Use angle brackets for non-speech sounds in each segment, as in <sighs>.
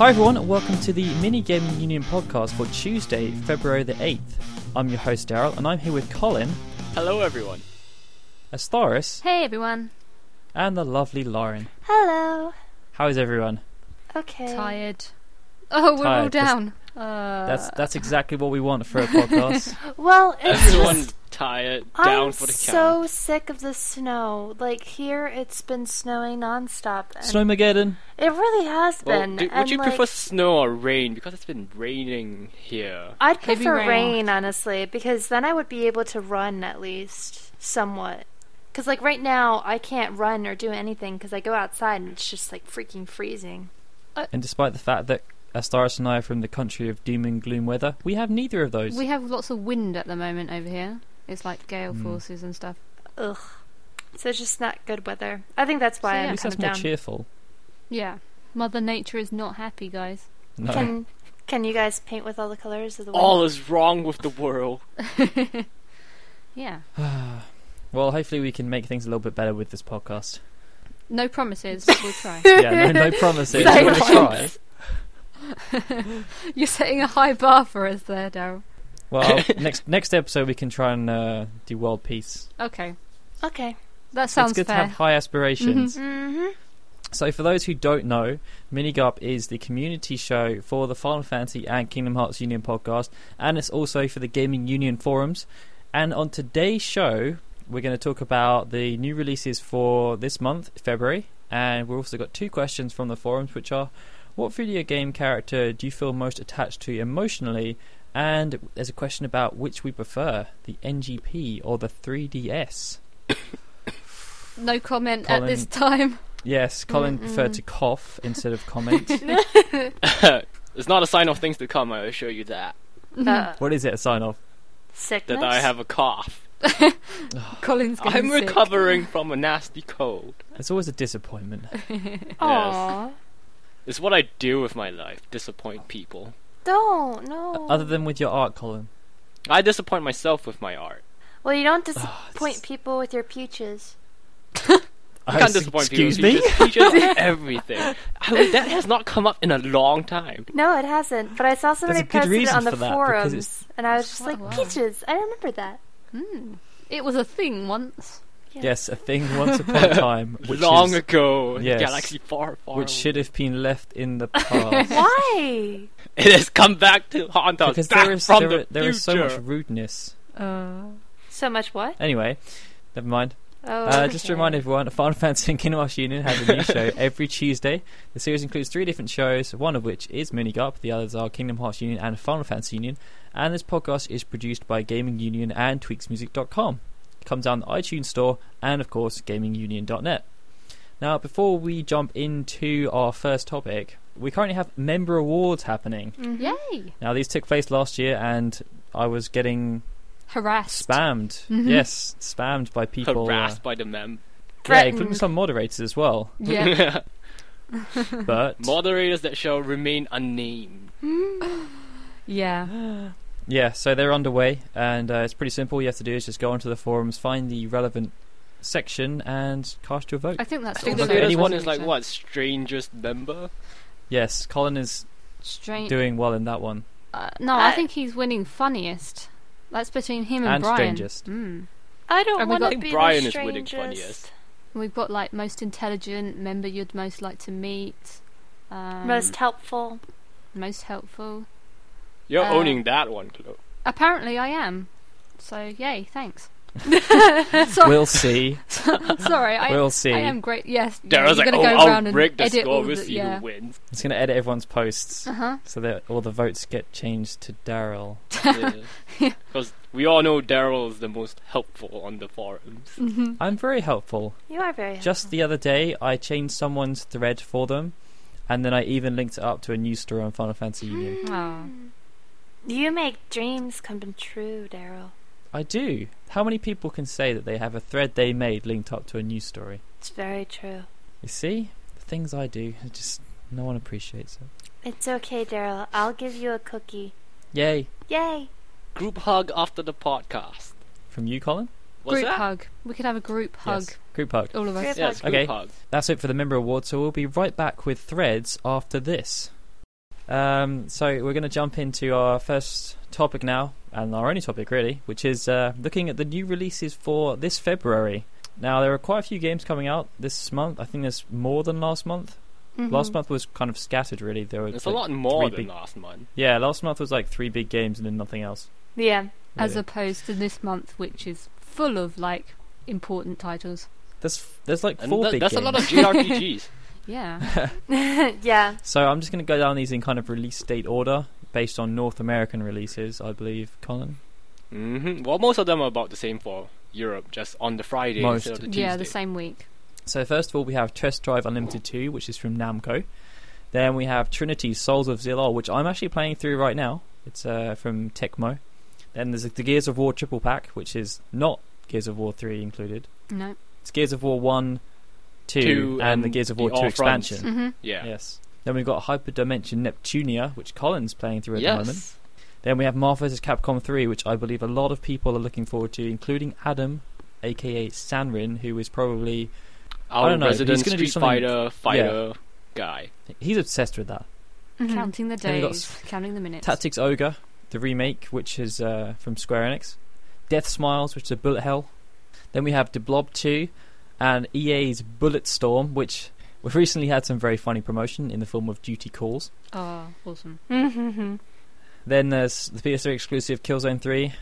Hi everyone, and welcome to the Mini Gaming Union podcast for Tuesday, February the 8th. I'm your host Daryl, and I'm here with Colin, Hello, everyone. Astaris, Hey everyone. and the lovely Lauren. Hello. How is everyone? Okay. Tired. Oh, we're all Tired, 'cause down. Uh, That's that's exactly what we want for a <laughs> podcast. Well, it's Everyone just tired, down I'm for the so count. sick of the snow. Like here, it's been snowing nonstop. And Snowmageddon. It really has Well, been. do- would and, you like, prefer snow or rain? Because it's been raining here. I'd Heavy prefer rain. rain. honestly, because then I would be able to run at least somewhat. Because like right now, I can't run or do anything because I go outside and it's just like freaking freezing. And despite the fact that Astaris and I are from the country of doom and gloom weather, we have neither of those. we have lots of wind at the moment over here. It's like gale Mm. forces and stuff. Ugh. So it's just not good weather. I think that's why So, I'm yeah. At least kind that's of more down. cheerful. Yeah. Mother Nature is not happy, guys. No. Can Can you guys paint with all the colors of the wind? All is wrong with <laughs> the world. Yeah. <sighs> well, hopefully we can make things a little bit better with this <laughs> podcast. No promises, but we'll try. <laughs> Yeah, no, no promises. Sorry. We're gonna try. You're setting a high bar for us there, Daryl. <laughs> Well, next next episode we can try and uh, do world peace. Okay. <laughs> Okay. That sounds it's good to fair. have high aspirations. Mm-hmm. <laughs> So, for those who don't know, Minigarp is the community show for the Final Fantasy and Kingdom Hearts Union podcast, and it's also for the Gaming Union forums. And on today's show, we're going to talk about the new releases for this month, February, and we've also got two questions from the forums, which are what video game character do you feel most attached to emotionally? And there's a question about which we prefer, the NGP or the 3DS. No comment Colin- at this time. Yes, Colin Mm-mm. preferred to cough instead of <laughs> comment. <laughs> it's not a sign of things to come, I assure you that. Uh, What is it? A sign off? sickness. That I have a cough. Colin's getting I'm sick. recovering from a nasty cold. It's always a disappointment. Aw. It's what I do with my life disappoint people. Don't no. Other than with your art, Colin. I disappoint myself with my art. well, you don't Ah, <laughs> disappoint people with your peaches. I can't s- disappoint Uh, Excuse people. me? Teachers, <laughs> teachers are everything. I would- that has not come up in a long time. No, it hasn't. But I saw somebody a good posted it reason on the for that, because it's- forums, and I was just Oh, like, wow. peaches. I remember that. Mm. It was a thing once. Yes, a thing once upon a <laughs> time. Which long is- ago, in a Yes. galaxy far, far Which away. should have been left in the past. Why? It has come back to haunt us because back there is from there, the are- there is so much future. rudeness. Uh, <laughs> So much what? Anyway, never mind. Oh, Uh, just to remind everyone, Final <laughs> Fantasy and Kingdom Hearts Union has a new show every Tuesday. The series includes three different shows, one of which is Minigarp, the others are Kingdom Hearts Union and Final Fantasy Union. And this podcast is produced by Gaming Union and TweaksMusic.com. It comes down the iTunes Store and, of course, GamingUnion.net. Now, before we jump into our first topic, we currently have member awards happening. Mhm. Yay! Now, these took place last year, and I was getting Harassed. spammed. Mhm. Yes, spammed by people. uh, harassed by the mem. yeah, Threatened. including some moderators as <laughs> well. <laughs> Yeah. But Moderators that shall remain <gasps> unnamed. Hmm? yeah. yeah, so they're underway, and uh, it's pretty simple. All you have to do is just go onto the forums, find the relevant section, and cast your vote. I think that's I think all the Also, that weirdest anyone- one is like what strangest member. Yes, Colin is Strange. doing well in that one, Uh, no, I Uh, think he's winning funniest. That's between him and, and Brian. strangest. Mm. I don't And we want got- to I be think Brian the is winning strangest. funniest. We've got like most intelligent member you'd most like to meet. Um, Most helpful. most helpful. You're Uh, owning that one, Chloe. Apparently, I am. So yay, <laughs> thanks. <laughs> sorry, We'll see. <laughs> sorry, I, we'll see. I am great. Yes, yeah, Dara's you're like, gonna oh, go I'll round and break the edit score. all We'll the- see yeah. who <laughs> wins. It's going to edit everyone's posts Uh huh. so that all the votes get changed to Daryl. Because we all know Daryl is the most helpful on the forums. Mm-hmm. I'm very helpful. You are very. helpful. Just the other day, I changed someone's thread for them, and then I even linked it up to a news story on Final Fantasy Union. Oh. Hmm. you make dreams come true, Daryl. I do. How many people can say that they have a thread they made linked up to a news story? It's very true. You see, the things I do, it just no one appreciates it. It's okay, Daryl. I'll give you a cookie. Yay! Yay! Group hug after the podcast. From you, Colin. What's group that? hug. We could have a group hug. Yes. Group hug. All of us. Group Yes, hug. group Okay. hug. That's it for the member award. So we'll be right back with threads after this. Um, so we're going to jump into our first topic now, and our only topic really, which is uh, looking at the new releases for this February. Now there are quite a few games coming out this month. I think there's more than last month. Last Mhm. month was kind of scattered, really. There were Mm-hmm. There's a like- lot more three than big- last month. Yeah, last month was like three big games and then nothing else. Yeah. <laughs> as really. opposed to this month, which is full of like important titles. there's there's like And four that- big that's games. a lot of JRPGs. <laughs> Yeah, yeah. So I'm just going to go down these in kind of release date order based on North American releases, I believe, Colin. hmm Well, most of them are about the same for Europe, just on the Friday Most. instead of the Tuesday. yeah, the same week. So first of all, we have Test Drive Unlimited 2, which is from Namco. Then we have Trinity Souls of Zillar, which I'm actually playing through right now. It's uh, from Tecmo. Then there's the Gears of War triple pack, which is not Gears of War 3 included. No, It's Gears of War 1, 2, Two, and, the and Gears of the War 2 All Fronts. expansion. hmm Yeah. Yes. Then we've got Hyperdimension Neptunia, which Colin's playing through at the moment. Yes. Then we have Marvel vs. Capcom 3, which I believe a lot of people are looking forward to, including Adam, aka Sanrin, who is probably Our don't know, he's resident gonna do Street something- Fighter fighter guy. he's obsessed with that. Mhm. counting the Then we got days, counting the minutes. Tactics Ogre, the remake, which is uh, from Square Enix. Death Smiles, which is a bullet hell. Then we have De Blob 2 and EA's Bullet Storm, which we've recently had some very funny promotion in the form of Duty Calls. Oh, awesome. Mm-hmm. Mhm. Then there's the PS3 exclusive Killzone 3.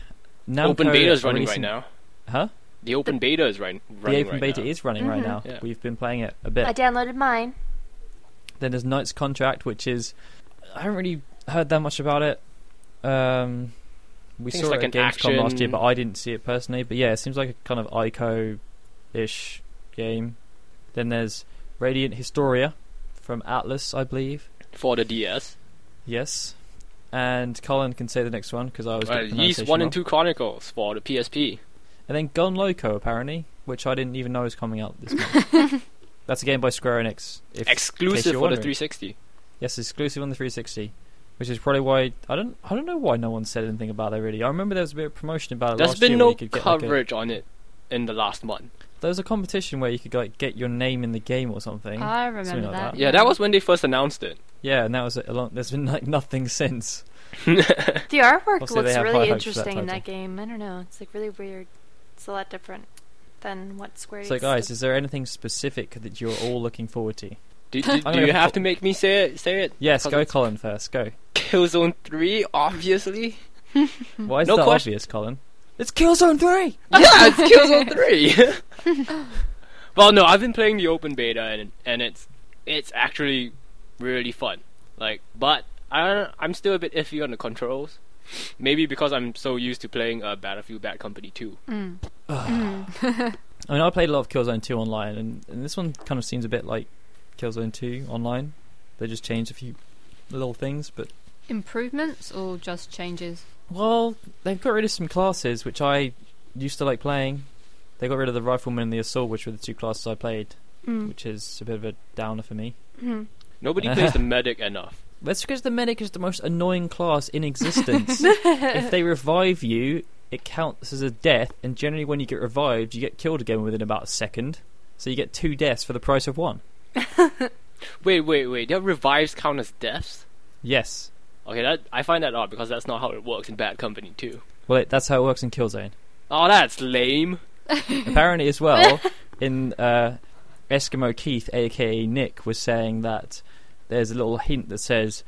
Namco open beta is are running right releasing- now. Huh? The open beta is run, The running open right beta now. is running right Mhm. now. Yeah. We've been playing it a I bit. <laughs> downloaded mine. Then there's Knight's Contract, which is I haven't really heard that much about it. Um, we I think it's saw like it at an Gamescom last year, action- but I didn't see it personally. But yeah, it seems like a kind of ICO-ish game. Then there's Radiant Historia from Atlas, I believe. for the DS. Yes. And Colin can say the next one because I was Uh, Yeast One and Two Chronicles for the PSP. And then Gone Loco, apparently, which I didn't even know was coming out this month. That's a game by Square Enix. If, Exclusive you're for the wondering. 360. yes, exclusive on the 360, which is probably why I don't I don't know why no one said anything about that really. I remember there was a bit of promotion about it There's last been year. where no you could get, like, a- coverage on it in the last month. there was a competition where you could like get your name in the game or something. I remember like that. that. Yeah, that was when they first announced it. yeah, and that was it. a long, There's been like nothing since. The artwork Also, they looks have high hopes for really that interesting title. in that game. I don't know. It's like really weird. It's a lot different than what Square. So Enix guys, did. is there anything specific that you're all looking forward to? <laughs> Do, do, gonna do you go have for- to make me say it? Say it? Yes, go Colin. Colin first. Go. Killzone 3, obviously. Why is No that question. obvious, Colin? It's Killzone 3. yeah, it's Killzone 3. <laughs> <laughs> well, no, I've been playing the open beta and and it's it's actually really fun. Like, but I don't- I'm still a bit iffy on the controls. Maybe because I'm so used to playing uh, Battlefield Bad Company 2. Mm. I mean, I played a lot of Killzone 2 online, and, and this one kind of seems a bit like Killzone 2 online. They just changed a few little things, but. <laughs> Improvements or just changes? <laughs> Well, they've got rid of some classes, which I used to like playing. They got rid of the Rifleman and the Assault, which were the two classes I played, Mm. which is a bit of a downer for me. Mhm. Nobody <laughs> plays the medic enough. That's because the Medic is the most annoying class in existence. if they revive you, it counts as a death, and generally when you get revived, you get killed again within about a second. So you get two deaths for the price of one. Wait, wait, wait. Their revives count as deaths? Yes. Okay, that I find that odd because that's not how it works in Bad Company 2. Well, it, that's how it works in Killzone. Oh, that's lame. Apparently, as well, in uh, Eskimo Keith, aka Nick, was saying that there's a little hint that says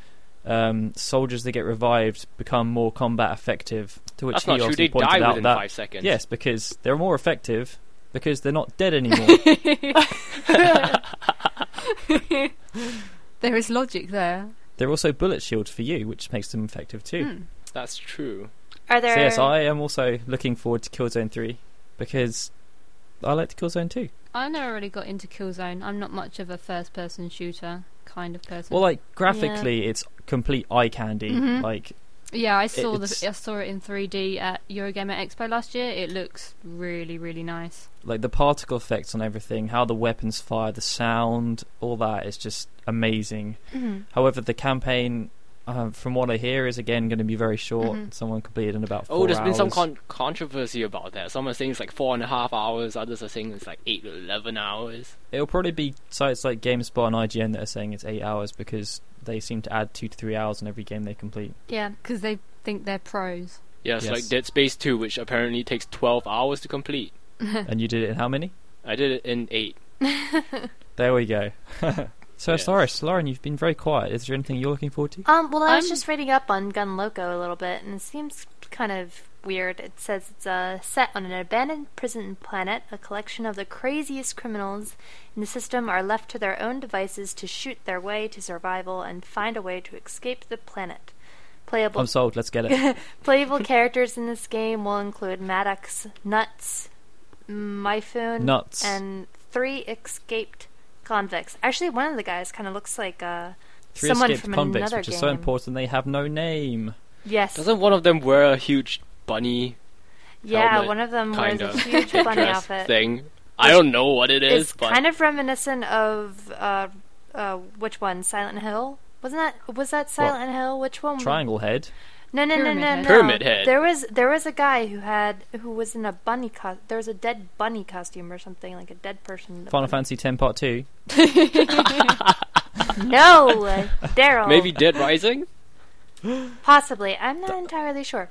um, soldiers that get revived become more combat effective. To which That's he not true. obviously They pointed die out within that five seconds. yes, because they're more effective because they're not dead <laughs> anymore. There is logic there. they're also bullet shields for you, which makes them effective too. Mm. That's true. Are there? So yes, I am also looking forward to Killzone Three because I like Killzone Two. I never really got into Killzone. I'm not much of a first-person shooter kind of person. Well, like graphically, it's complete eye candy. Mhm. Like yeah, I saw it's- the I saw it in 3D at Eurogamer Expo last year. It looks really, really nice. like the particle effects on everything, how the weapons fire, the sound, all that is just amazing. Mhm. However, the campaign uh, from what I hear, is again going to be very short. Mhm. Someone completed in about four Oh, there's been some hours. con- controversy about that. Some are saying it's like four and a half hours. Others are saying it's like eight to eleven hours. It'll probably be sites like GameSpot and IGN that are saying it's eight hours because they seem to add two to three hours on every game they <laughs> complete. Yeah. because they think they're <laughs> pros. Yes, Yes. like Dead Space Two, which apparently takes twelve hours to complete. and you did it in how many? I did it in eight. There we go. <laughs> so, Yes. Solaris, Lauren, you've been very quiet. Is there anything you're looking forward to? Um, well, I was I'm- just reading up on Gun Loco a little bit, and it seems kind of weird. It says it's uh, set on an abandoned prison planet. A collection of the craziest criminals in the system are left to their own devices to shoot their way to survival and find a way to escape the planet. Playable I'm sold. Let's get <laughs> it. <laughs> playable characters in this game will include Maddox, Nuts, Myphone, Nuts. and three escaped convicts. Actually, one of the guys kind of looks like uh, Three someone escaped from convicts, another which game. is so important they have no name. Yes. Doesn't one of them wear a huge bunny Yeah, helmet, one of them wears kind a of <laughs> huge bunny dress outfit. thing? I don't know what it is, It's but kind of reminiscent of uh, uh, which one? Silent Hill. Wasn't that was that Silent Hill? Which one? Triangle Head. No, no, no, Pyramid no, Head. no. Pyramid Head. There was there was a guy who had who was in a bunny co- There was a dead bunny costume or something like a dead person. in a Final bunny- Fantasy X Part 2. No, uh, <laughs> Daryl. maybe Dead <laughs> Rising. possibly. I'm not entirely sure.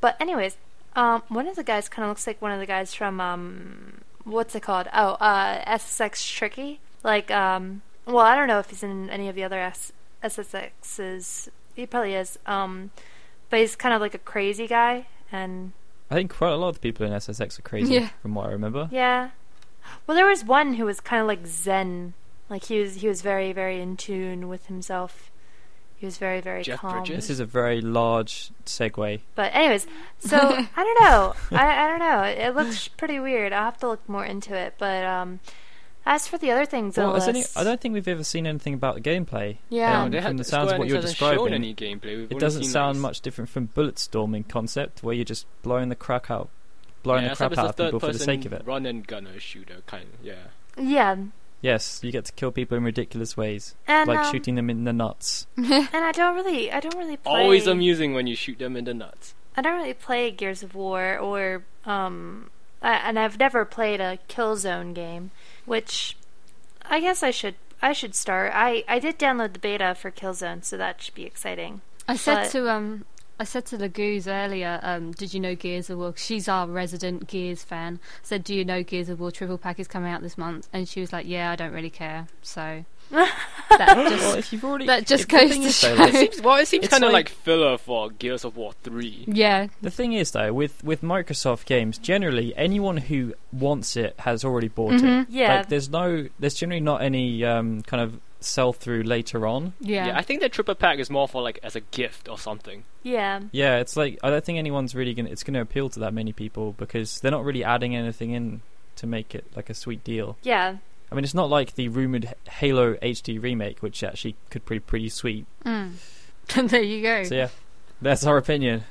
But anyways, um, one of the guys kind of looks like one of the guys from um, what's it called? Oh, uh, SSX Tricky. Like, um, well, I don't know if he's in any of the other S- SSXs. He probably is. Um, but he's kind of like a crazy guy, and I think quite a lot of the people in SSX are crazy, Yeah. from what I remember. yeah. Well, there was one who was kind of like Zen. Like he was, he was very, very in tune with himself. He was very, very Jeff calm. Bridges? This is a very large segue. But anyways, so I don't know. I, I don't know. It, it looks pretty weird. I'll have to look more into it. But um, as for the other things Well, on has the any, list, I don't think we've ever seen anything about the gameplay. Yeah. Um, Oh, They No, from had- the sounds of Square what Enix you're hasn't describing, shown any gameplay. We've it only doesn't seen, sound like, much different from bulletstorming concept, where you're just blowing the crap out, blowing yeah, the crap except it's a out of people for the third-person sake of it. Run and gunner shooter kind. Of, yeah. yeah, Yes, you get to kill people in ridiculous ways, and like um, shooting them in the nuts. <laughs> And I don't really, I don't really play. Always amusing when you shoot them in the nuts. I don't really play Gears of War or um, I, and I've never played a Killzone game, which I guess I should. I should start. I I did download the beta for Killzone, so that should be exciting. I said But- to um, I said to Lagoose earlier. Um, did you know Gears of War? She's our resident Gears fan. Said, do you know Gears of War Triple Pack is coming out this month? And she was like, yeah, I don't really care. <laughs> So that Well, just if you've already, that just if the goes thing to is, though, show. like, It seems <laughs> well. It seems It's kind of like- like filler for Gears of War three. yeah, The thing is, though, with with Microsoft games, generally anyone who wants it has already bought it. Mhm. Yeah. like, there's no, there's generally not any um, kind of sell through later on. yeah, I think that triple pack is more for like as a gift or something. Yeah. Yeah, it's like I don't think anyone's really gonna. It's gonna appeal to that many people because they're not really adding anything in to make it like a sweet deal. Yeah. I mean, it's not like the rumored H- Halo HD remake, which actually could be pretty sweet. Mm. <laughs> there you Oh. go. So yeah, that's our opinion.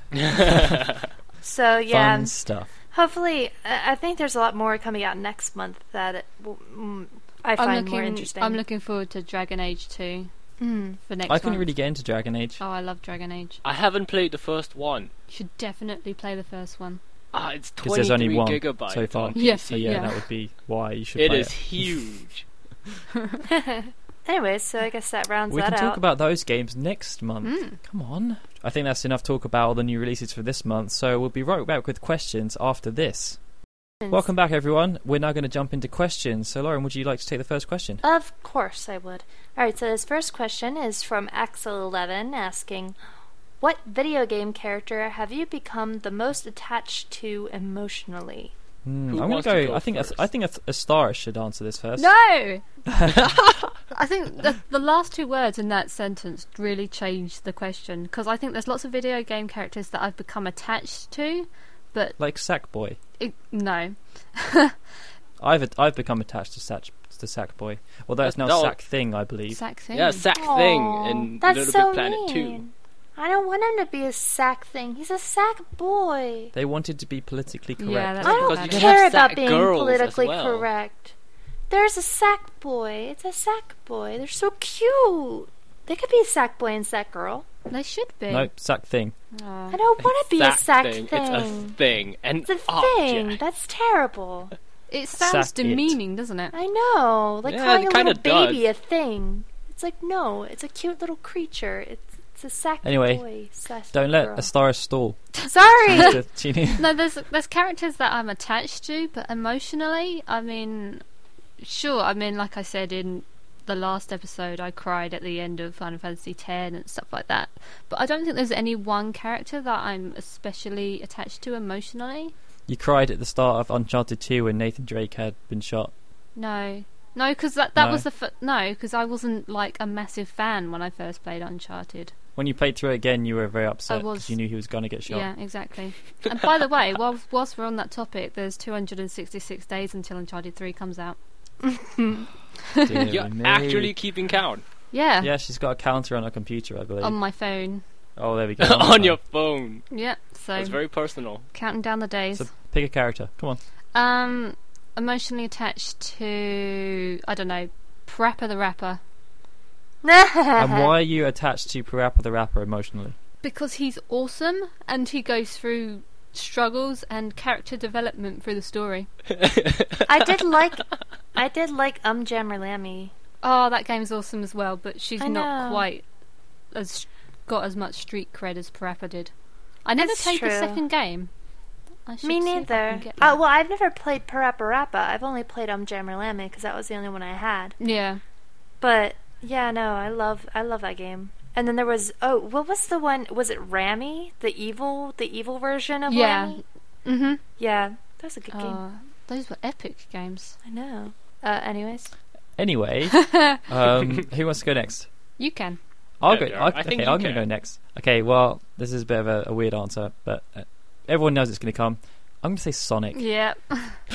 So yeah. Fun stuff. Hopefully, I I think there's a lot more coming out next month that it, w- mm, I I'm find looking. more interesting. I'm looking forward to Dragon Age two Mm. for next. I couldn't month. really get into Dragon Age. Oh, I love Dragon Age. I haven't played the first one. You should definitely play the first one. Ah, it's 'Cause twenty there's only three one Oh. gigabytes. so far. on Yeah, PC. So yeah, Yeah. that would be why you should. It play is huge. Anyways, so I guess that rounds We that can out. talk about those games next month. Come on. I think that's enough talk about all the new releases for this month, so we'll be right back with questions after this. Welcome back, everyone. We're now going to jump into questions. So, Lauren, would you like to take the first question? Of course, I would. All right. So this first question is from Axel Eleven asking, "What video game character have you become the most attached to emotionally?" Hmm, Who I'm going wants to go. go I think a, first? I think a, a star should answer this first. No! I think the, the last two words in that sentence really changed the question because I think there's lots of video game characters that I've become attached to, but Like Sackboy. it, no. I've I've become attached to Sack to Sackboy, although it's now That's dull. Sack Thing, I believe. Sack thing. Yeah, sack Aw, thing in that's Little so Big Planet two. mean. I don't want him to be a sack thing. He's a sack boy. They wanted to be politically correct. Yeah, that's I not don't bad. because you care have about sack being girls as politically well. correct. There's a sack boy. It's a sack boy. They're so cute. They could be a sack boy and sack girl. They should be. Oh. Nope, sack thing. Aw. I don't want to be a sack thing. It's a thing. An It's a thing. object. That's terrible. It sounds Sack it. demeaning, doesn't it? I know. Like Yeah, calling it a kinda little baby a thing. It's like no. It's a cute little creature. It's it's a sack Anyway, boy. Sack Don't let girl. <laughs> a star stall. <laughs> <laughs> Sorry. Mr. Genie. No, there's there's characters that I'm attached to, but emotionally, I mean, sure. I mean, like I said in the last episode, I cried at the end of Final Fantasy X and stuff like that. But I don't think there's any one character that I'm especially attached to emotionally. You cried at the start of Uncharted 2 when Nathan Drake had been shot. No, no, because that that No. was the f- no, because I wasn't like a massive fan when I first played Uncharted. When you played through it again, you were very upset was. because you knew he was going to get shot. <laughs> Yeah, exactly. and by the way, whilst, whilst we're on that topic, there's 266 days until Uncharted 3 comes out. <laughs> Dear You're me. actually keeping count Yeah, Um, Yeah, she's got a counter on her computer, I believe. on my phone. oh, <laughs> there we go. on your phone. Yeah, so That's very personal. counting down the days. So pick a character. Come on. um, emotionally attached to I don't know, Prepper the rapper Uh-huh. and why are you attached to Parappa the Rapper emotionally? because he's awesome and he goes through struggles and character development through the story. I did like I did like Um Jammer Lammy. Oh, that game's awesome as well, but she's I not know. quite as got as much street cred as Parappa did. I never That's played the true. second game. I should Me see if I can neither. get Uh, that. well, I've never played Parappa. I've only played Um Jammer Lammy because that was the only one I had. yeah. But yeah, no, I love I love that game. And then there was oh, what was the one? Was it Rammy? The evil the evil version of Yeah. Lammy? Mm-hmm. Yeah, that was a good game. Oh, those were epic games. I know. Uh, anyways, Anyway, <laughs> um, who wants to go next? You can. I'll Yeah, go. yeah, I, I think okay, you I'm going to go can. next. Okay, well, this is a bit of a, a weird answer, but uh, everyone knows it's going to come. I'm going to say Sonic. <laughs> Yeah.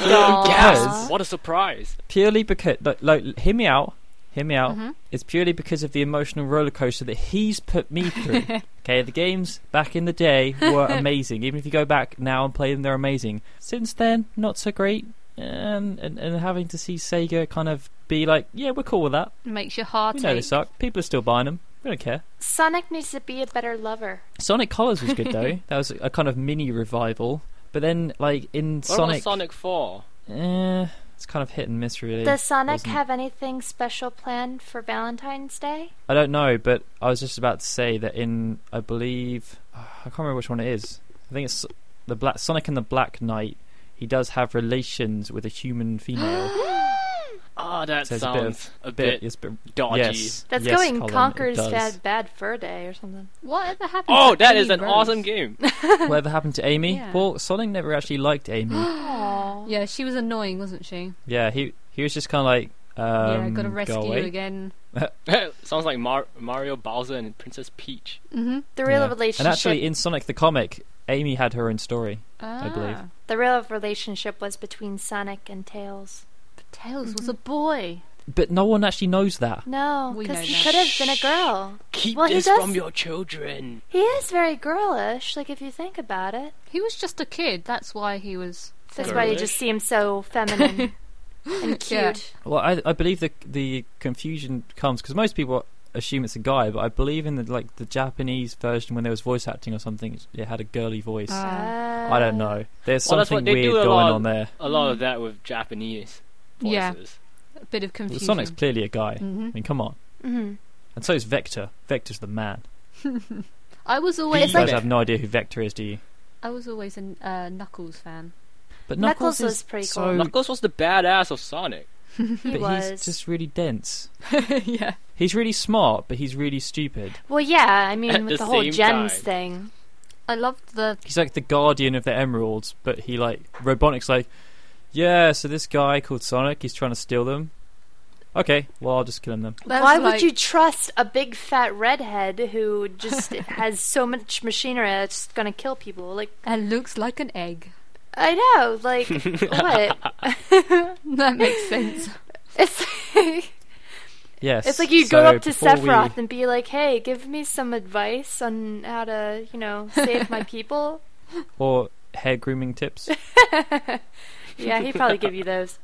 yes! What a surprise. Purely because. Like, like, hear me out. Hear me out. Mm-hmm. Mhm. It's purely because of the emotional roller coaster that he's put me through. <laughs> okay, the games back in the day were amazing. Even if you go back now and play them, they're amazing. Since then, not so great. And, and and having to see Sega kind of be like, yeah, we're cool with that. Makes your heart We know they ache. suck. People are still buying them. We don't care. Sonic needs to be a better lover. Sonic Colors was good <laughs> though. that was a kind of mini revival. But then, like in What Sonic, about Sonic 4? eh, it's kind of hit and miss really. Does Sonic wasn't- have anything special planned for Valentine's Day? I don't know, but I was just about to say that in I believe <sighs> I can't remember which one it is. I think it's the Black Sonic and the Black Knight. He does have relations with a human female. <gasps> Oh, that So it's a bit sounds a bit, It's a bit- dodgy. yes, That's yes, going Colin, it Conker's does. Bad Bad Fur Day <gasps> or something. Whatever happened Oh, to that is Amy an Rose? awesome <laughs> game. <laughs> Whatever happened to Amy? Yeah. Well, Sonic never actually liked <gasps> Amy. Aww. Yeah, she was annoying, wasn't she? yeah, he he was just kind of like. Um, yeah, gotta rescue go you away. again. Sounds like Mar- Mario Bowser and Princess Peach. Mm-hmm. The real Yeah. relationship. And actually, in Sonic the comic, Amy had her own story. Ah. believe. the real relationship was between Sonic and Tails. But Tails was a boy. But no one actually knows that. No, We because know he that. could have been a girl. Keep Well, he this does- from your children. He is very girlish. Like if you think about it, He was just a kid. That's why he was. that's why you Girlish? just see him so feminine <laughs> and cute. Yeah. Well, I, I believe the the confusion comes because most people assume it's a guy, but I believe in the like the Japanese version when there was voice acting or something, it's- it had a girly voice. Ah. I don't know. There's Ah. Well, that's something what they do weird a going lot. on there. A lot Mm. of that with Japanese Yeah. voices. A bit of Well, confusion. Sonic's clearly a guy. hmm I mean, come on. hmm And so is Vector. Vector's the man. I was you always. guys like- have no idea who Vector is, do you? I was always a uh, Knuckles fan. But Knuckles, Knuckles was is pretty so, <laughs> cool. Knuckles was the badass of Sonic. He but was. he's just really dense. <laughs> yeah. He's really smart, but he's really stupid. Well, yeah. I <laughs> At mean, with the the, whole same gems time. thing. I loved the. He's like the guardian of the emeralds, but he like Robotnik's like, yeah. So this guy called Sonic, he's trying to steal them. Okay, well I'll just kill him then. that Why was would like- you trust a big fat redhead who just has so much machinery that's just gonna kill people? Like <laughs> And looks like an egg. <laughs> I know, <laughs> like what? That makes <laughs> sense. <laughs> It's like, Yes. it's like you so go up to before we- Sephiroth and be like, "Hey, give me some advice on how to, you know, <laughs> save my people." or hair grooming <laughs> tips. Yeah, he'd probably give you those.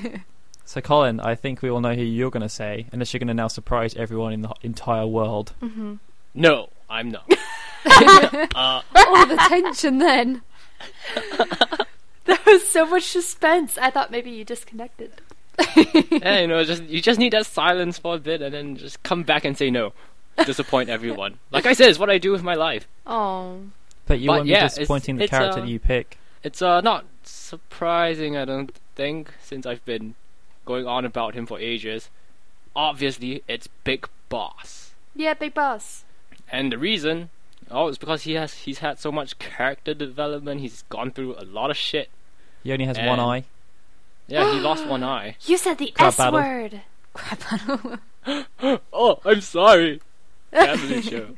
<laughs> so Colin, I think we all know who you're going to say, unless you're going to now surprise everyone in the h- entire world. hmm No, I'm <laughs> not. uh, All the tension then. There was so much suspense. I thought maybe you disconnected. yeah, you know, just you just need that silence for a bit, and then just come back and say no, disappoint everyone. Like I said, it's what I do with my life. Oh. But you But won't yeah, be it's- disappointing the it's, character uh, that you pick. It's uh not surprising, I don't think, since I've been going on about him for ages. Obviously, it's Big Boss, Yeah, big boss. and the reason, oh, it's because he has he's had so much character development. He's gone through a lot of shit. He only has one and- eye. Yeah, he lost <gasps> one eye. You said the Crab S battle. word. Crap, I don't know. Oh, I'm sorry. <laughs> Family show.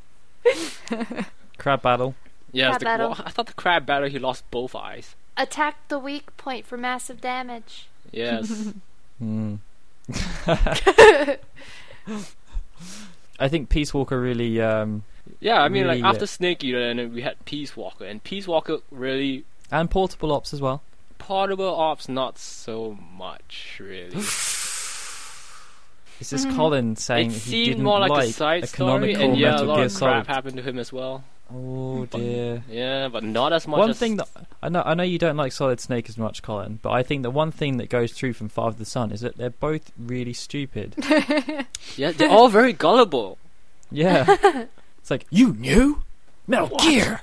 Crab battle. Yeah, it's Crab the, battle. well, I thought the crab battle. He lost both eyes. Attack the weak point for massive damage. <laughs> Yes. <laughs> Mm. I think Peace Walker really. Um, Yeah, I mean, Really, like yeah. after Snake Eater, and then we had Peace Walker, and Peace Walker really and Portable Ops as well. portable ops, not so much really. It's just Colin saying Mm. it he seemed didn't more like, like a side story, economical and yeah, a Metal lot Gear of crap Solid. happened to him as well. Oh dear. Yeah, but not as much. One as thing that I know, I know you don't like Solid Snake as much, Colin, but I think the one thing that goes through from Father the Son is that they're both really stupid. <laughs> yeah, they're all <laughs> very gullible. Yeah. it's like, you knew? Metal Gear!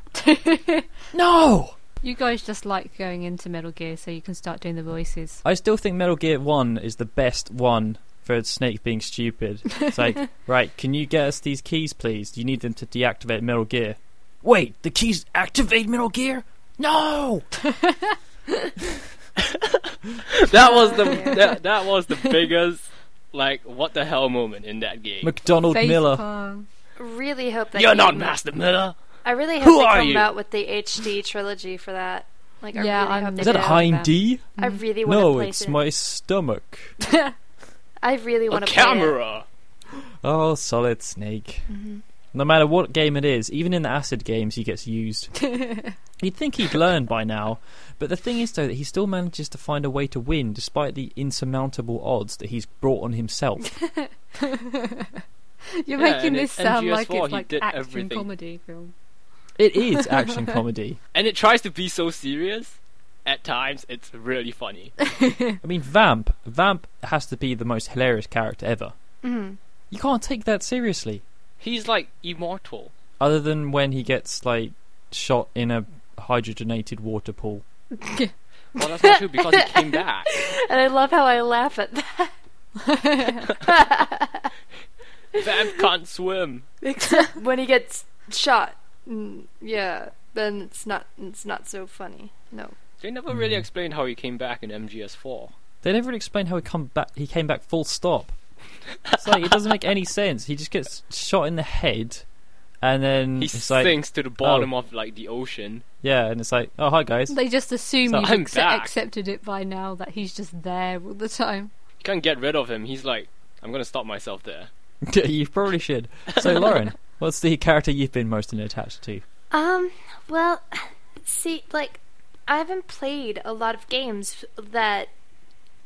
<laughs> no! You guys just like going into Metal Gear so you can start doing the voices. I still think Metal Gear 1 is the best one for Snake being stupid. It's <laughs> like, right, can you get us these keys, please? You need them to deactivate Metal Gear. Wait, the keys activate Metal Gear? No! That was the that, that was the biggest like what the hell moment in that <laughs> game. McDonald Face Miller. palm. Really hope that You're game- not Master Miller. I really hope Who they are come you? out with the HD trilogy for that. Like, I Yeah, really I'm- hope they Is that do. a Hein D? Mm. I really want to No, play it's it. my stomach. I really A want to play it. camera. Oh, Solid Snake. Mm-hmm. No matter what game it is, even in the acid games, he gets used. You'd think he'd learn by now, but the thing is, though, that he still manages to find a way to win despite the insurmountable odds that he's brought on himself. <laughs> You're Yeah, making and this in sound like MGS4, it's he like did action everything. comedy film. it is action comedy. and it tries to be so serious. At times, it's really <laughs> funny. I mean, Vamp. Vamp has to be the most hilarious character ever. Mhm. You can't take that seriously. He's like immortal. Other than when he gets, like, shot in a hydrogenated water pool. Well, that's not true because he came <laughs> back. And I love how I laugh at that. Vamp can't swim. Except when he gets shot. Mm, yeah, then it's not it's not so funny. No. They never really Hmm. explained how he came back in MGS4. They never really explain how he come back. He came back full stop. It's like it doesn't make any sense. He just gets shot in the head, and then He it's like oh. sinks to the bottom of like the ocean. yeah, and it's like oh hi guys. They just assume So you've I'm acce- back. accepted it by now that he's just there all the time. <laughs> You can't get rid of him. He's like, I'm gonna stop myself there. you probably should. So Lauren, what's the character you've been most attached to? Um, well, see, like, I haven't played a lot of games that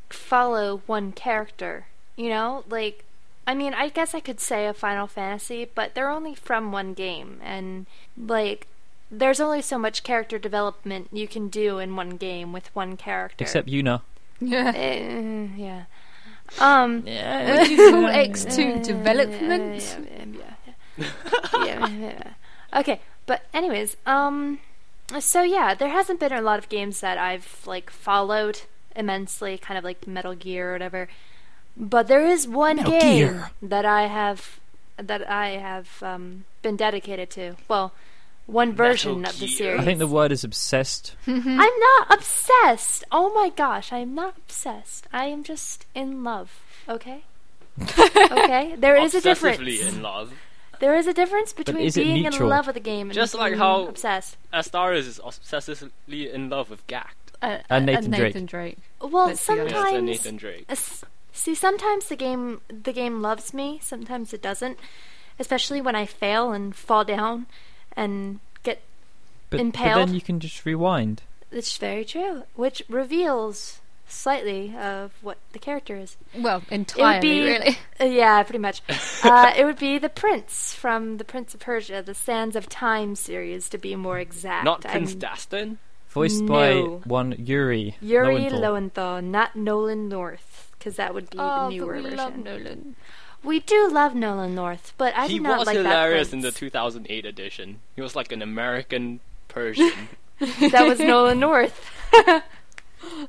follow one character, you know? Like, I mean, I guess I could say a Final Fantasy, but they're only from one game, and, like, there's only so much character development you can do in one game with one character. Except Yuna. Yeah. Eh, yeah. Um, <laughs> Would you <laughs> call X2 development? yeah, yeah, <laughs> yeah. Yeah, yeah, yeah. Okay, but anyways, um, so yeah, there hasn't been a lot of games that I've like followed immensely, kind of like Metal Gear or whatever. But there is one Metal game Gear. that I have that I have um, been dedicated to. Well, one version of the Gear. series. I think the word is obsessed. I'm not obsessed. Oh my gosh, I am not obsessed. I am just in love. <laughs> Okay. okay. There is a Obsessively difference. in love. There is a difference between is it being in neutral? love with a game and Just like being how- obsessed. Astaris is obsessively in love with Gact. Uh, And Nathan, Nathan Drake. Drake. well, Let's be Yes, and honest, sometimes uh, Nathan Drake. S- See, sometimes the game the game loves me, sometimes it doesn't. Especially when I fail and fall down and get But, but Impaled. then you can just rewind. it's very true, which reveals slightly of what the character is. Well, entirely, be- really. Uh, yeah, pretty <laughs> much. uh, it would be the prince from the Prince of Persia, the Sands of Time series, to be more exact. Not I'm- Prince Dastan. Voiced No. by one Yuri. Yuri Lowenthal. Lowenthal, not Nolan North, because that <laughs> would be the newer version. Oh, Nolan. We do love Nolan North, but I he did not was like hilarious that in the prince. 2008 edition. He was like an American <laughs> Persian. that <laughs> was Nolan North.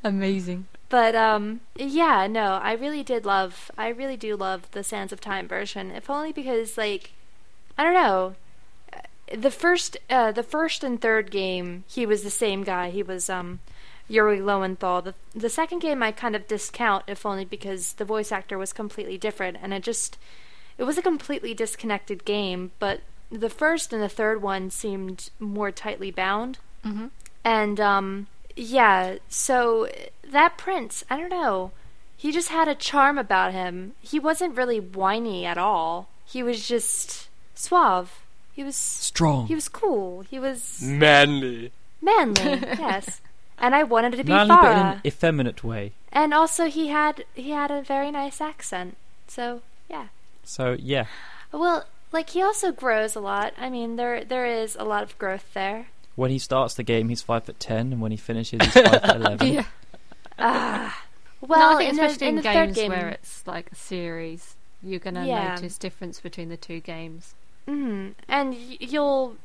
Amazing. But um, yeah, no, I really did love. I really do love the Sands of Time version, if only because like, I don't know, uh, the first, uh, the first and third game, he was the same guy. He was um, Yuri Lowenthal. The the second game, I kind of discount, if only because the voice actor was completely different, and it just, it was a completely disconnected game. But the first and the third one seemed more tightly bound. Mm-hmm. And um yeah, so that prince, I don't know. He just had a charm about him. He wasn't really whiny at all. He was just suave. He was Strong. he was cool. He was Manly. manly. yes. And I wanted to be Manly, but in Farah. an effeminate way. And also he had he had a very nice accent. So, yeah. So yeah, Well, like he also grows a lot. I mean, there there is a lot of growth there. when he starts the game, he's five foot ten, and when he finishes, he's five foot Um, eleven. Yeah. Ah, Well, no, I think in the- especially in the, games third game, where it's like a series, you're gonna Yeah. notice difference between the two games. Mm, and y- you'll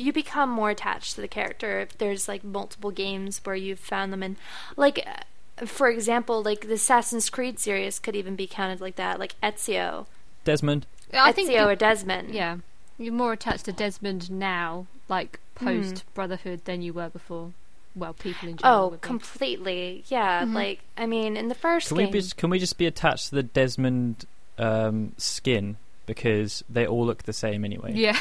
you become more attached to the character if there's like multiple games where you've found them and like uh, for example like the Assassin's Creed series could even be counted like that like Ezio Desmond, Ezio or Desmond yeah, you're more attached to Desmond now, like Hmm. post Brotherhood, than you were before. Well, people in general. oh would be. completely yeah Mhm. like I mean in the first Mm-hmm. can we game be, can we just be attached to the Desmond um, skin because they all look the same anyway? <laughs> yeah.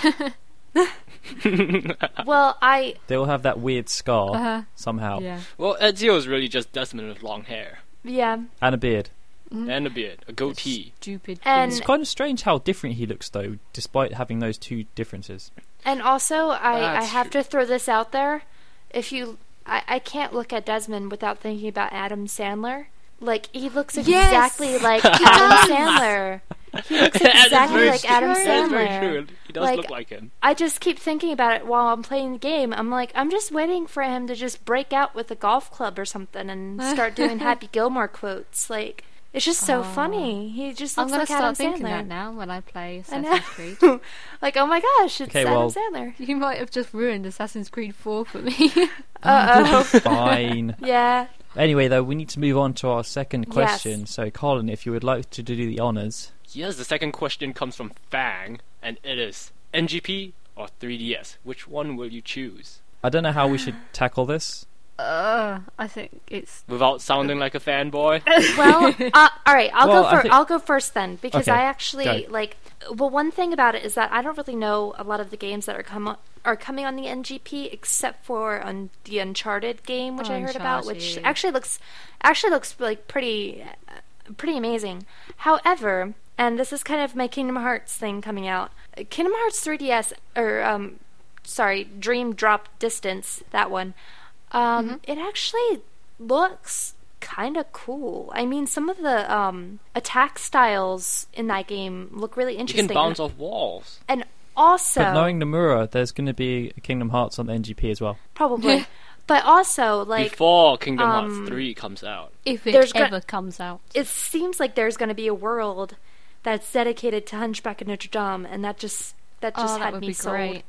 uh, well I They all have that weird scar Uh-huh. somehow yeah. Well, Ezio is really just Desmond with long hair yeah and a beard. Mm. and a beard, a goatee. Stupid. And- It's kind of strange how different he looks though, despite having those two differences. And also, I, I That's have true. to throw this out there. If you, I, I can't look at Desmond without thinking about Adam Sandler. Like he looks Yes! <laughs> exactly like Adam Sandler. He <laughs> looks That is exactly very like true. Adam That is very Sandler. true. He does Like- look like him. I just keep thinking about it while I'm playing the game. I'm like, I'm just waiting for him to just break out with a golf club or <laughs> something and start doing Happy Gilmore quotes. Like it's just so Oh. funny. He just I'm looks gonna like start Adam thinking that Sandler. now when I play I Assassin's <laughs> Creed. <laughs> know. like oh my gosh, it's Okay, Adam well- Sandler. You might have just ruined Assassin's Creed 4 for me. <laughs> Uh oh. <laughs> Fine. yeah. anyway, though, we need to move on to our second Yes. question. So, Colin, if you would like to do the honors, Yes, the second question comes from Fang, and it is NGP or 3DS. Which one will you choose? I don't know how <sighs> we should tackle this. uh, I think it's. Without sounding like a fanboy. <laughs> well, uh, all right. I'll Well, go I first. think- I'll go first then because Okay, I actually go. like. Well, one thing about it is that I don't really know a lot of the games that are come are coming on the NGP except for on the Uncharted game, which I heard about, which Uncharted. actually looks actually looks like pretty uh, pretty amazing. However, and this is kind of my Kingdom Hearts thing coming out. Kingdom Hearts 3DS or um, sorry, Dream Drop Distance, that one. Um, It actually looks kind of cool. I mean, some of the um, attack styles in that game look really you interesting. can bounce off walls. And also, But knowing Nomura, there's going to be a Kingdom Hearts on the NGP as well. <laughs> probably, but also like Before Kingdom um, Hearts 3 comes out. If it There's gra- ever comes out. it seems like there's going to be a world that's dedicated to Hunchback of Notre Dame, and that just that just oh, had that would me be sold. great.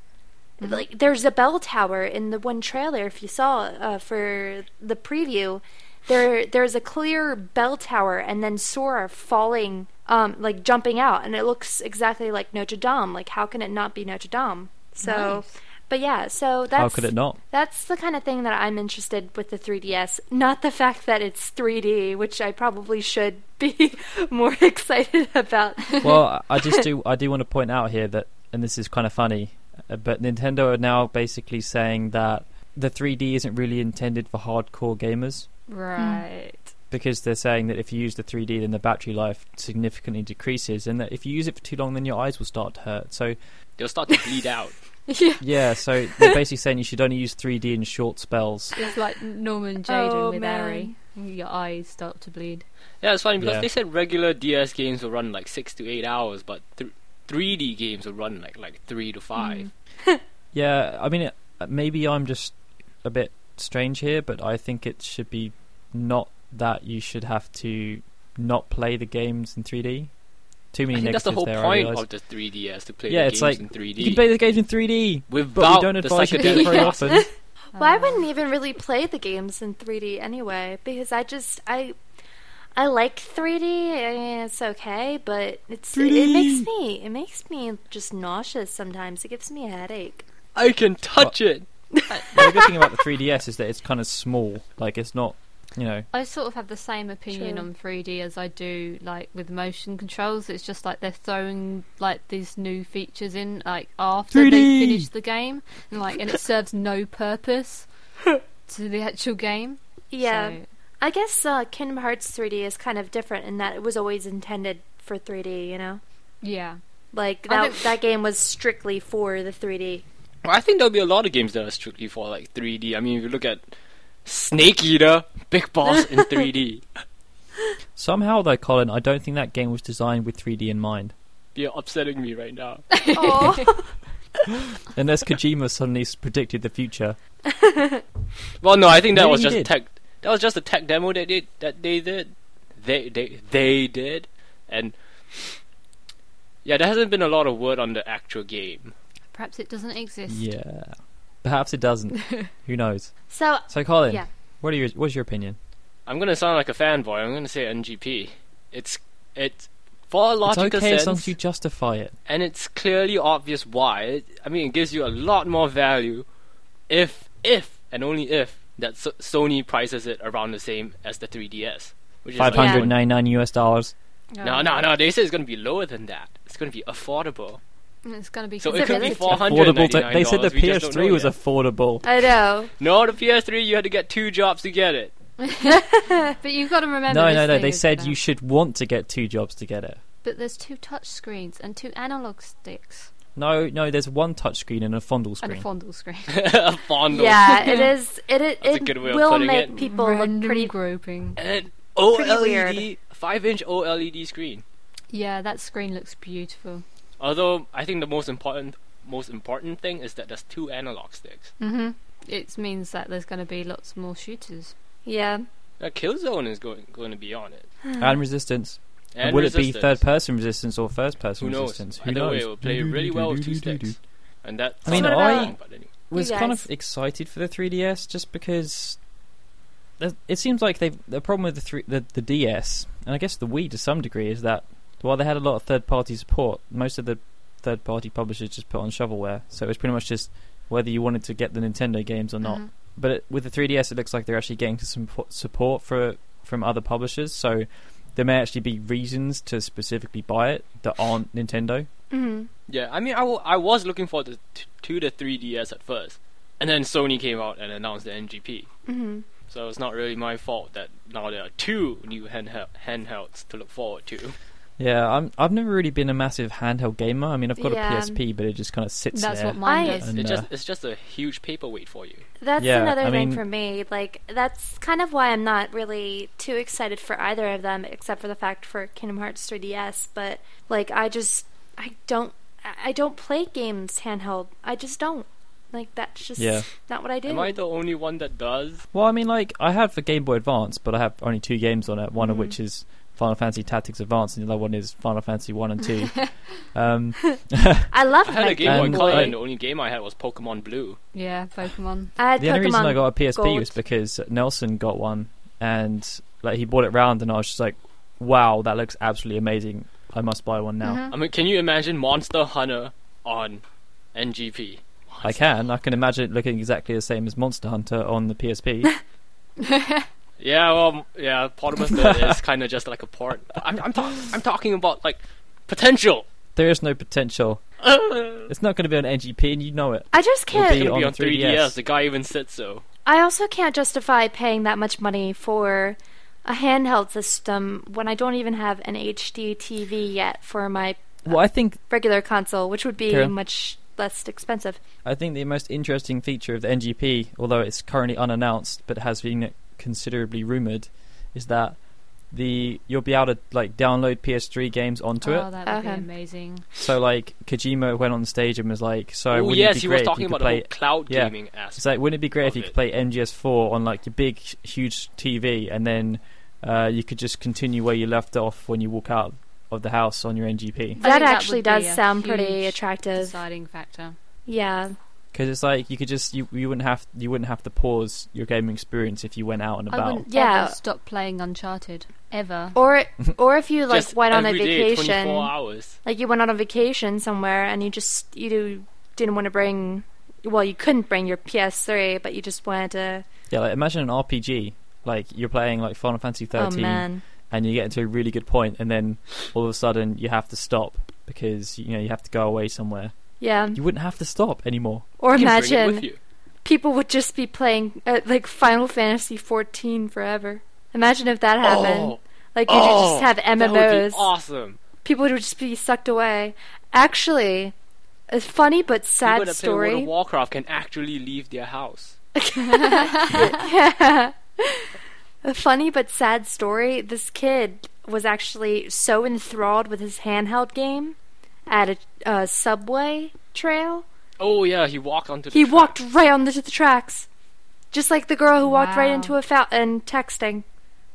Like there's a bell tower in the one trailer. If you saw uh, for the preview, there there's a clear bell tower, and then Sora falling, um, like jumping out, and it looks exactly like Notre Dame. Like how can it not be Notre Dame? So, Nice. but yeah, so that's how could it <laughs> not? that's the kind of thing that I'm interested with the 3DS, not the fact that it's 3D, which I probably should <laughs> be more excited about. Well, I- I just do. I do want to point out here that, and this is kind of funny, uh, but Nintendo are now basically saying that the 3D isn't really intended for hardcore gamers Right. because they're saying that if you use the 3D, then the battery life significantly decreases, and that if you use it for too long, then your eyes will start to hurt. So <laughs> They'll start to bleed out. Hmm. yeah. Yeah, so they're basically saying you should only use 3D in short spells. It's like Norman Jaden Oh, with man. Ari. Your eyes start to bleed. Yeah, it's funny because Yeah. they said regular DS games will run like six to eight hours, but th- 3D games will run like like three to five. Mm. Yeah, I mean, it, maybe I'm just a bit strange here, but I think it should be not that you should have to not play the games in 3D. Too I many think negatives that's the whole there. I point realise. of the 3DS to play Yeah, the it's games like, in you 3D. can play the games in 3D, but without we don't the advise you to do it psychedelic <laughs> very process. often. Well, I Um, wouldn't even really play the games in 3D anyway because I just I I like 3D. I mean, it's okay, but it's it 3D. makes me it makes me just nauseous sometimes. It gives me a headache. I can touch it. the good thing about the 3DS is that it's kind of small. Like it's not, you know. I sort of have the same opinion True. on 3D as I do like with motion controls. It's just like they're throwing like these new features in like after they 3D. finish the game, and like and it serves no <laughs> purpose to the actual game. Yeah, So, I guess uh, Kingdom Hearts 3D is kind of different in that it was always intended for 3D. You know, yeah. like I that don't- that game was strictly for the 3D. Well, I think there'll be a lot of games that are strictly for like 3D. I mean, if you look at Snake Eater, Big <laughs> Boss in 3D, Somehow though, Colin, I don't think that game was designed with 3D in mind. you're upsetting me right now. oh, <laughs> Unless Kojima suddenly s- predicted the future. Well, no, I think that Maybe was he just a did. tech. That was just a tech demo that they that they did. They they they did, and yeah, there hasn't been a lot of word on the actual game. Perhaps it doesn't exist. Yeah. Perhaps it doesn't. Who knows? <laughs> so So, Colin, Yeah. what are your, what's your opinion? I'm gonna sound like a fanboy. I'm gonna say NGP. It's it's for a It's logical okay sense, as long as you justify it. and it's clearly obvious why. It, I mean, it gives you a lot more value if if and only if that so- Sony prices it around the same as the 3DS, which is like- Five hundred ninety nine US dollars. No, no, no. They say it's going to be lower than that. It's going to be affordable. It's gonna be So Is it it could be really? four hundred Affordable. ninety To, nine. they said the PS3 was affordable. I know. no. The PS3 you had to get two jobs to get it. <laughs> <laughs> But you've got to remember. No, this no, no. thing They is said about- you should want to get two jobs to get it. But there's two touch screens and two analog sticks No, no. There's one touchscreen and a fondle and screen. a fondle screen. a fondle. Yeah, it is. It it, That's a it good way of will putting make it. <laughs> people Random look pretty groping. And Pretty OLED, weird. five inch OLED screen. Yeah, that screen looks beautiful. Although I think the most important most important thing is that there's two analog sticks. Mm-hmm. hmm It means that there's going to be lots more shooters. Yeah. Now Killzone is going going to be on it. and resistance. And will it be Resistance. third person resistance or first person Who knows? resistance? Either way, it will play really well with two sticks. And that's I mean, not I- wrong, but anyway. Was You kind guys. of excited for the 3DS just because there's- it seems like they've the problem with the three, the, the DS and I guess the Wii to some degree is that while they had a lot of third party support, most of the third party publishers just put on shovelware, so it was pretty much just whether you wanted to get the Nintendo games or not. Mhm. Mm-hmm. But it, with the 3DS, it looks like they're actually getting some po- support for from other publishers, so there may actually be reasons to specifically buy it that aren't Nintendo. hmm Yeah, I mean, I wa- I was looking forward to, t- to the 3DS at first, and then Sony came out and announced the NGP. hmm So it's not really my fault that now there are two new handheld handhelds to look forward to. Yeah, I'm. I've never really been a massive handheld gamer. I mean, I've got Yeah. a PSP, but it just kind of sits That's there. what mine I- is. And, It's uh, just it's just a huge paperweight for you. That's Yeah, another I thing mean- for me. Like that's kind of why I'm not really too excited for either of them, except for the fact for Kingdom Hearts 3DS. But like, I just I don't I- I don't play games handheld. I just don't. Like that's just Yeah. not what I do. Am I the only one that does? well, I mean, like I have for Game Boy Advance, but I have only two games on it. One of Mm. which is Final Fantasy Tactics Advance, and the other one is Final Fantasy One and <laughs> Two. um, I loved I had my a Game And Boy Color, I- and the only game I had was Pokemon Blue. Yeah, Pokemon. I had the only reason Pokemon I got a PSP Gold. was because Nelson got one, and like he bought it round, and I was just like, "Wow, that looks absolutely amazing! I must buy one now." Mhm. I mean, can you imagine Monster Hunter on NGP? Mm-hmm. I can. I can imagine it looking exactly the same as Monster Hunter on the <laughs> PSP. Yeah, well, yeah, <laughs> Potamus is kind of just like a port. I'm I'm, talk- I'm talking about like potential. there is no potential. It's not going to be on NGP, and you know it. I just It'll can't. be It'll be on on 3DS. 3DS. The guy even said so. I also can't justify paying that much money for a handheld system when I don't even have an HD TV yet for my Well, I think regular console, which would be Karen? much less expensive. I think the most interesting feature of the NGP, although it's currently unannounced but has been considerably rumored, is that the you'll be able to like download PS3 games onto oh, Ah. it. that would Okay. be amazing. So like Kojima went on stage and was like, "So Oh, wouldn't it yes, be he great was if talking you could about the play whole cloud yeah. gaming aspect. It's like, wouldn't it be great if of you could it. play MGS4 on like your big, hu- huge TV, and then uh, you could just continue where you left off when you walk out of the house on your NGP? That that actually would does be a sound pretty huge attractive. Deciding factor. Yeah, Because it's like you could just you, you wouldn't have you wouldn't have to pause your gaming experience if you went out and I about. wouldn't Yeah. ever stop playing Uncharted ever. <laughs> or or if you like Just went on a every day, vacation, 24 hours. like you went on a vacation somewhere and you just you do, didn't want to bring, well, you couldn't bring your PS3, but you just uh, oh, wanted to. Yeah, like imagine an RPG. Like you're playing like Final Fantasy Oh 13, man, and you get into a really good point, and then all of a sudden you have to stop because you know you have to go away somewhere. Mm-hmm. yeah. You wouldn't have to stop anymore. Or You can bring it imagine with you. people would just be playing uh, like Final Fantasy 14 forever. Imagine if that happened. Oh, like you would oh, just have MMOs. That would be awesome. People would just be sucked away. Actually, a funny but People sad that play World story. of Warcraft can actually leave their house. A funny but sad story. This kid was actually so enthralled with his handheld game at a uh, subway trail. Oh yeah, he walked onto the. He track. walked right onto the tracks, just like the girl who walked right Wow. into a fountain texting.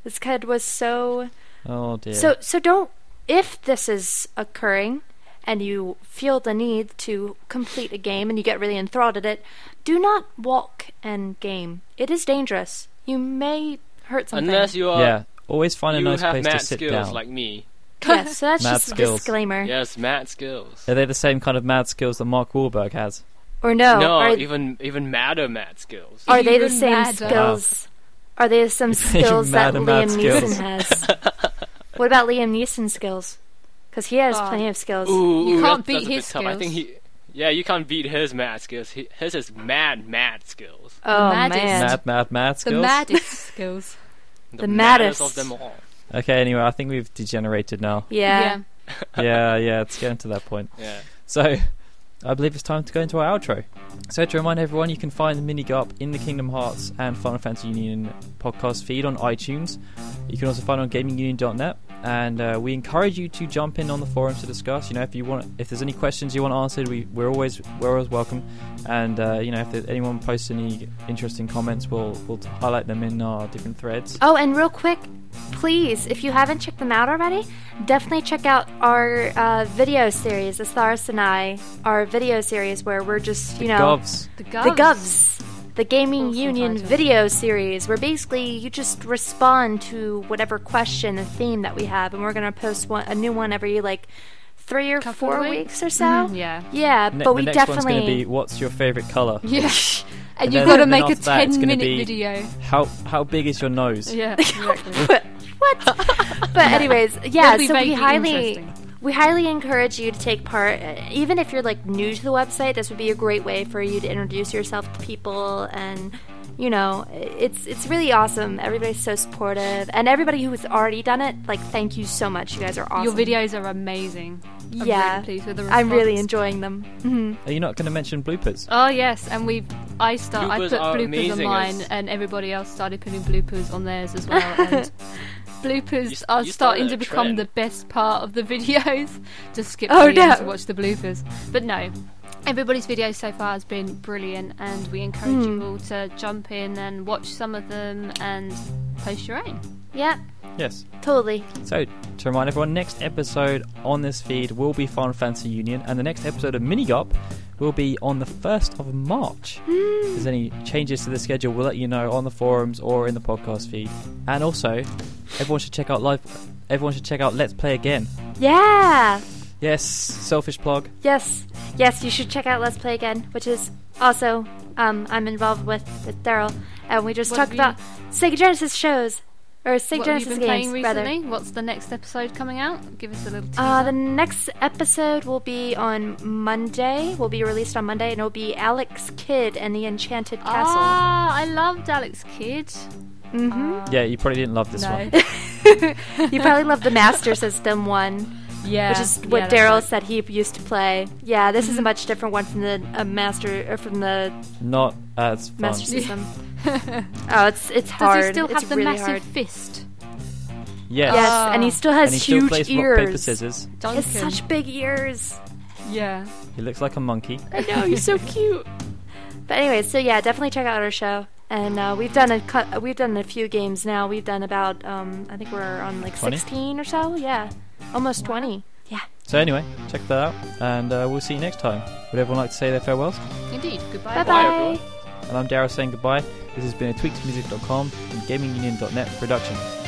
This kid was so Oh dear. So so don't if this is occurring and you feel the need to complete a game and you get really enthralled at it, do not walk and game. It is dangerous. You may hurt something. Unless you are, yeah, always find a you nice have place mad to sit skills down. like me. <laughs> yes, so that's Mad just a skills. disclaimer. Yes, mad skills. Are they the same kind of mad skills that Mark Wahlberg has? Or no, no, are, even even madder mad skills. Oh, are they the Even same madder. skills? Are they <laughs> some Even skills that madder Liam mad skills. Neeson has? what about Liam Neeson's skills? Because he has Oh. plenty of skills. Ooh, You ooh, can't that's, that's beat a bit his tough. I think skills. he. Yeah, you can't beat his mad skills. He, his is mad, mad skills. oh maddest. man, And- mad, mad, mad The skills. <laughs> maddest skills. The maddest. maddest. of them all. Okay, anyway, I think we've degenerated <laughs> now. yeah. yeah, yeah, it's getting to that point. Yeah. So, I believe it's time to go into our outro. So, to remind everyone, you can find the Mini Gup in the Kingdom Hearts and Final Fantasy Union podcast feed on iTunes. You can also find it on gamingunion.net, and uh, we encourage you to jump in on the forums to discuss. You know, if you want, if there's any questions you want answered, we, we're always we're always welcome. And uh, you know, if there- anyone posts any interesting comments, we'll we'll highlight them in our different threads. Oh, and real quick, please, if you haven't checked them out already, definitely check out our uh, video series, Astaris and I, our video series where we're just, you know, Govs. The the govs. Govs, the Gaming Awesome Union title. video series, where basically you just respond to whatever question or theme that we have, and we're going to post one, a new one every like three or Couple four weeks? weeks or so. Mhm, <laughs> yeah. Yeah, Ne- but the we next one's definitely. going to be what's your favorite color? Yeah. <laughs> And, And you've then- got to and then make a after that, it's 10 gonna minute be- <laughs> video. <laughs> How how big is your nose? <laughs> Yeah, exactly. <laughs> what? but anyways, yeah. It'll be So we vaguely highly, interesting. we highly encourage you to take part. Uh, Even if you're like new to the website, this would be a great way for you to introduce yourself to people and. You know, it's it's really awesome. Everybody's so supportive, and everybody who has already done it, like, thank you so much. You guys are awesome. Your videos are amazing. I'm really yeah, pleased with the I'm really response. enjoying them. Are you not going to mention bloopers? Oh yes, and we I start I Bloopers put are bloopers amazing. on mine, It's- and everybody else started putting bloopers on theirs as well. <laughs> And bloopers You s- are you starting started to a become trend. the best part of the <laughs> videos. Just skip Oh, to the end no. to watch the bloopers. But no, everybody's video so far has been brilliant, and we encourage Hmm. you all to jump in and watch some of them and post your own. Yeah, Yes. totally. So, to remind everyone, next episode on this feed will be Final Fantasy Union, and the next episode of Minigop will be on the 1st of March. Hmm. If there's any changes to the schedule, we'll let you know on the forums or in the podcast feed. And also, everyone should check out live. Everyone should check out Let's Play Again. Yeah. Yes, selfish plug. Yes, yes, you should check out Let's Play Again, which is also um, I'm involved with with Daryl, and we just What talked have you- about Sega Genesis shows or Sega what have you Genesis been games, playing rather. recently? What's the next episode coming out? Give us a little teaser. Uh, the next episode will be on Monday. Will be released on Monday, and it'll be Alex Kidd and the Enchanted Castle. Ah, I loved Alex Kidd. Ah, hmm Yeah, you probably didn't love this no. one. <laughs> you probably love the Master System one. <laughs> Yeah, which is yeah, what that's Daryl right. Mm-hmm. said he used to play. Yeah, this is a much different one from the uh, master or from the Not as fun. master system. <laughs> oh, it's it's hard. Does he still it's have the really massive hard. fist? Yes. Yes, Ah. and he still has and he still huge plays ears. rock paper scissors. He Duncan. has such big ears. yeah. He looks like a monkey. I know he's so cute. But anyway, so yeah, definitely check out our show. And uh, we've done a cu- we've done a few games now. We've done about um, I think we're on like 20? sixteen or so. Yeah, almost twenty. Yeah. So anyway, check that out, and uh, we'll see you next time. Would everyone like to say their farewells? Indeed. Goodbye. Bye Bye, bye. everyone. And I'm Daryl saying goodbye. This has been a tweakedmusic.com and gamingunion.net production.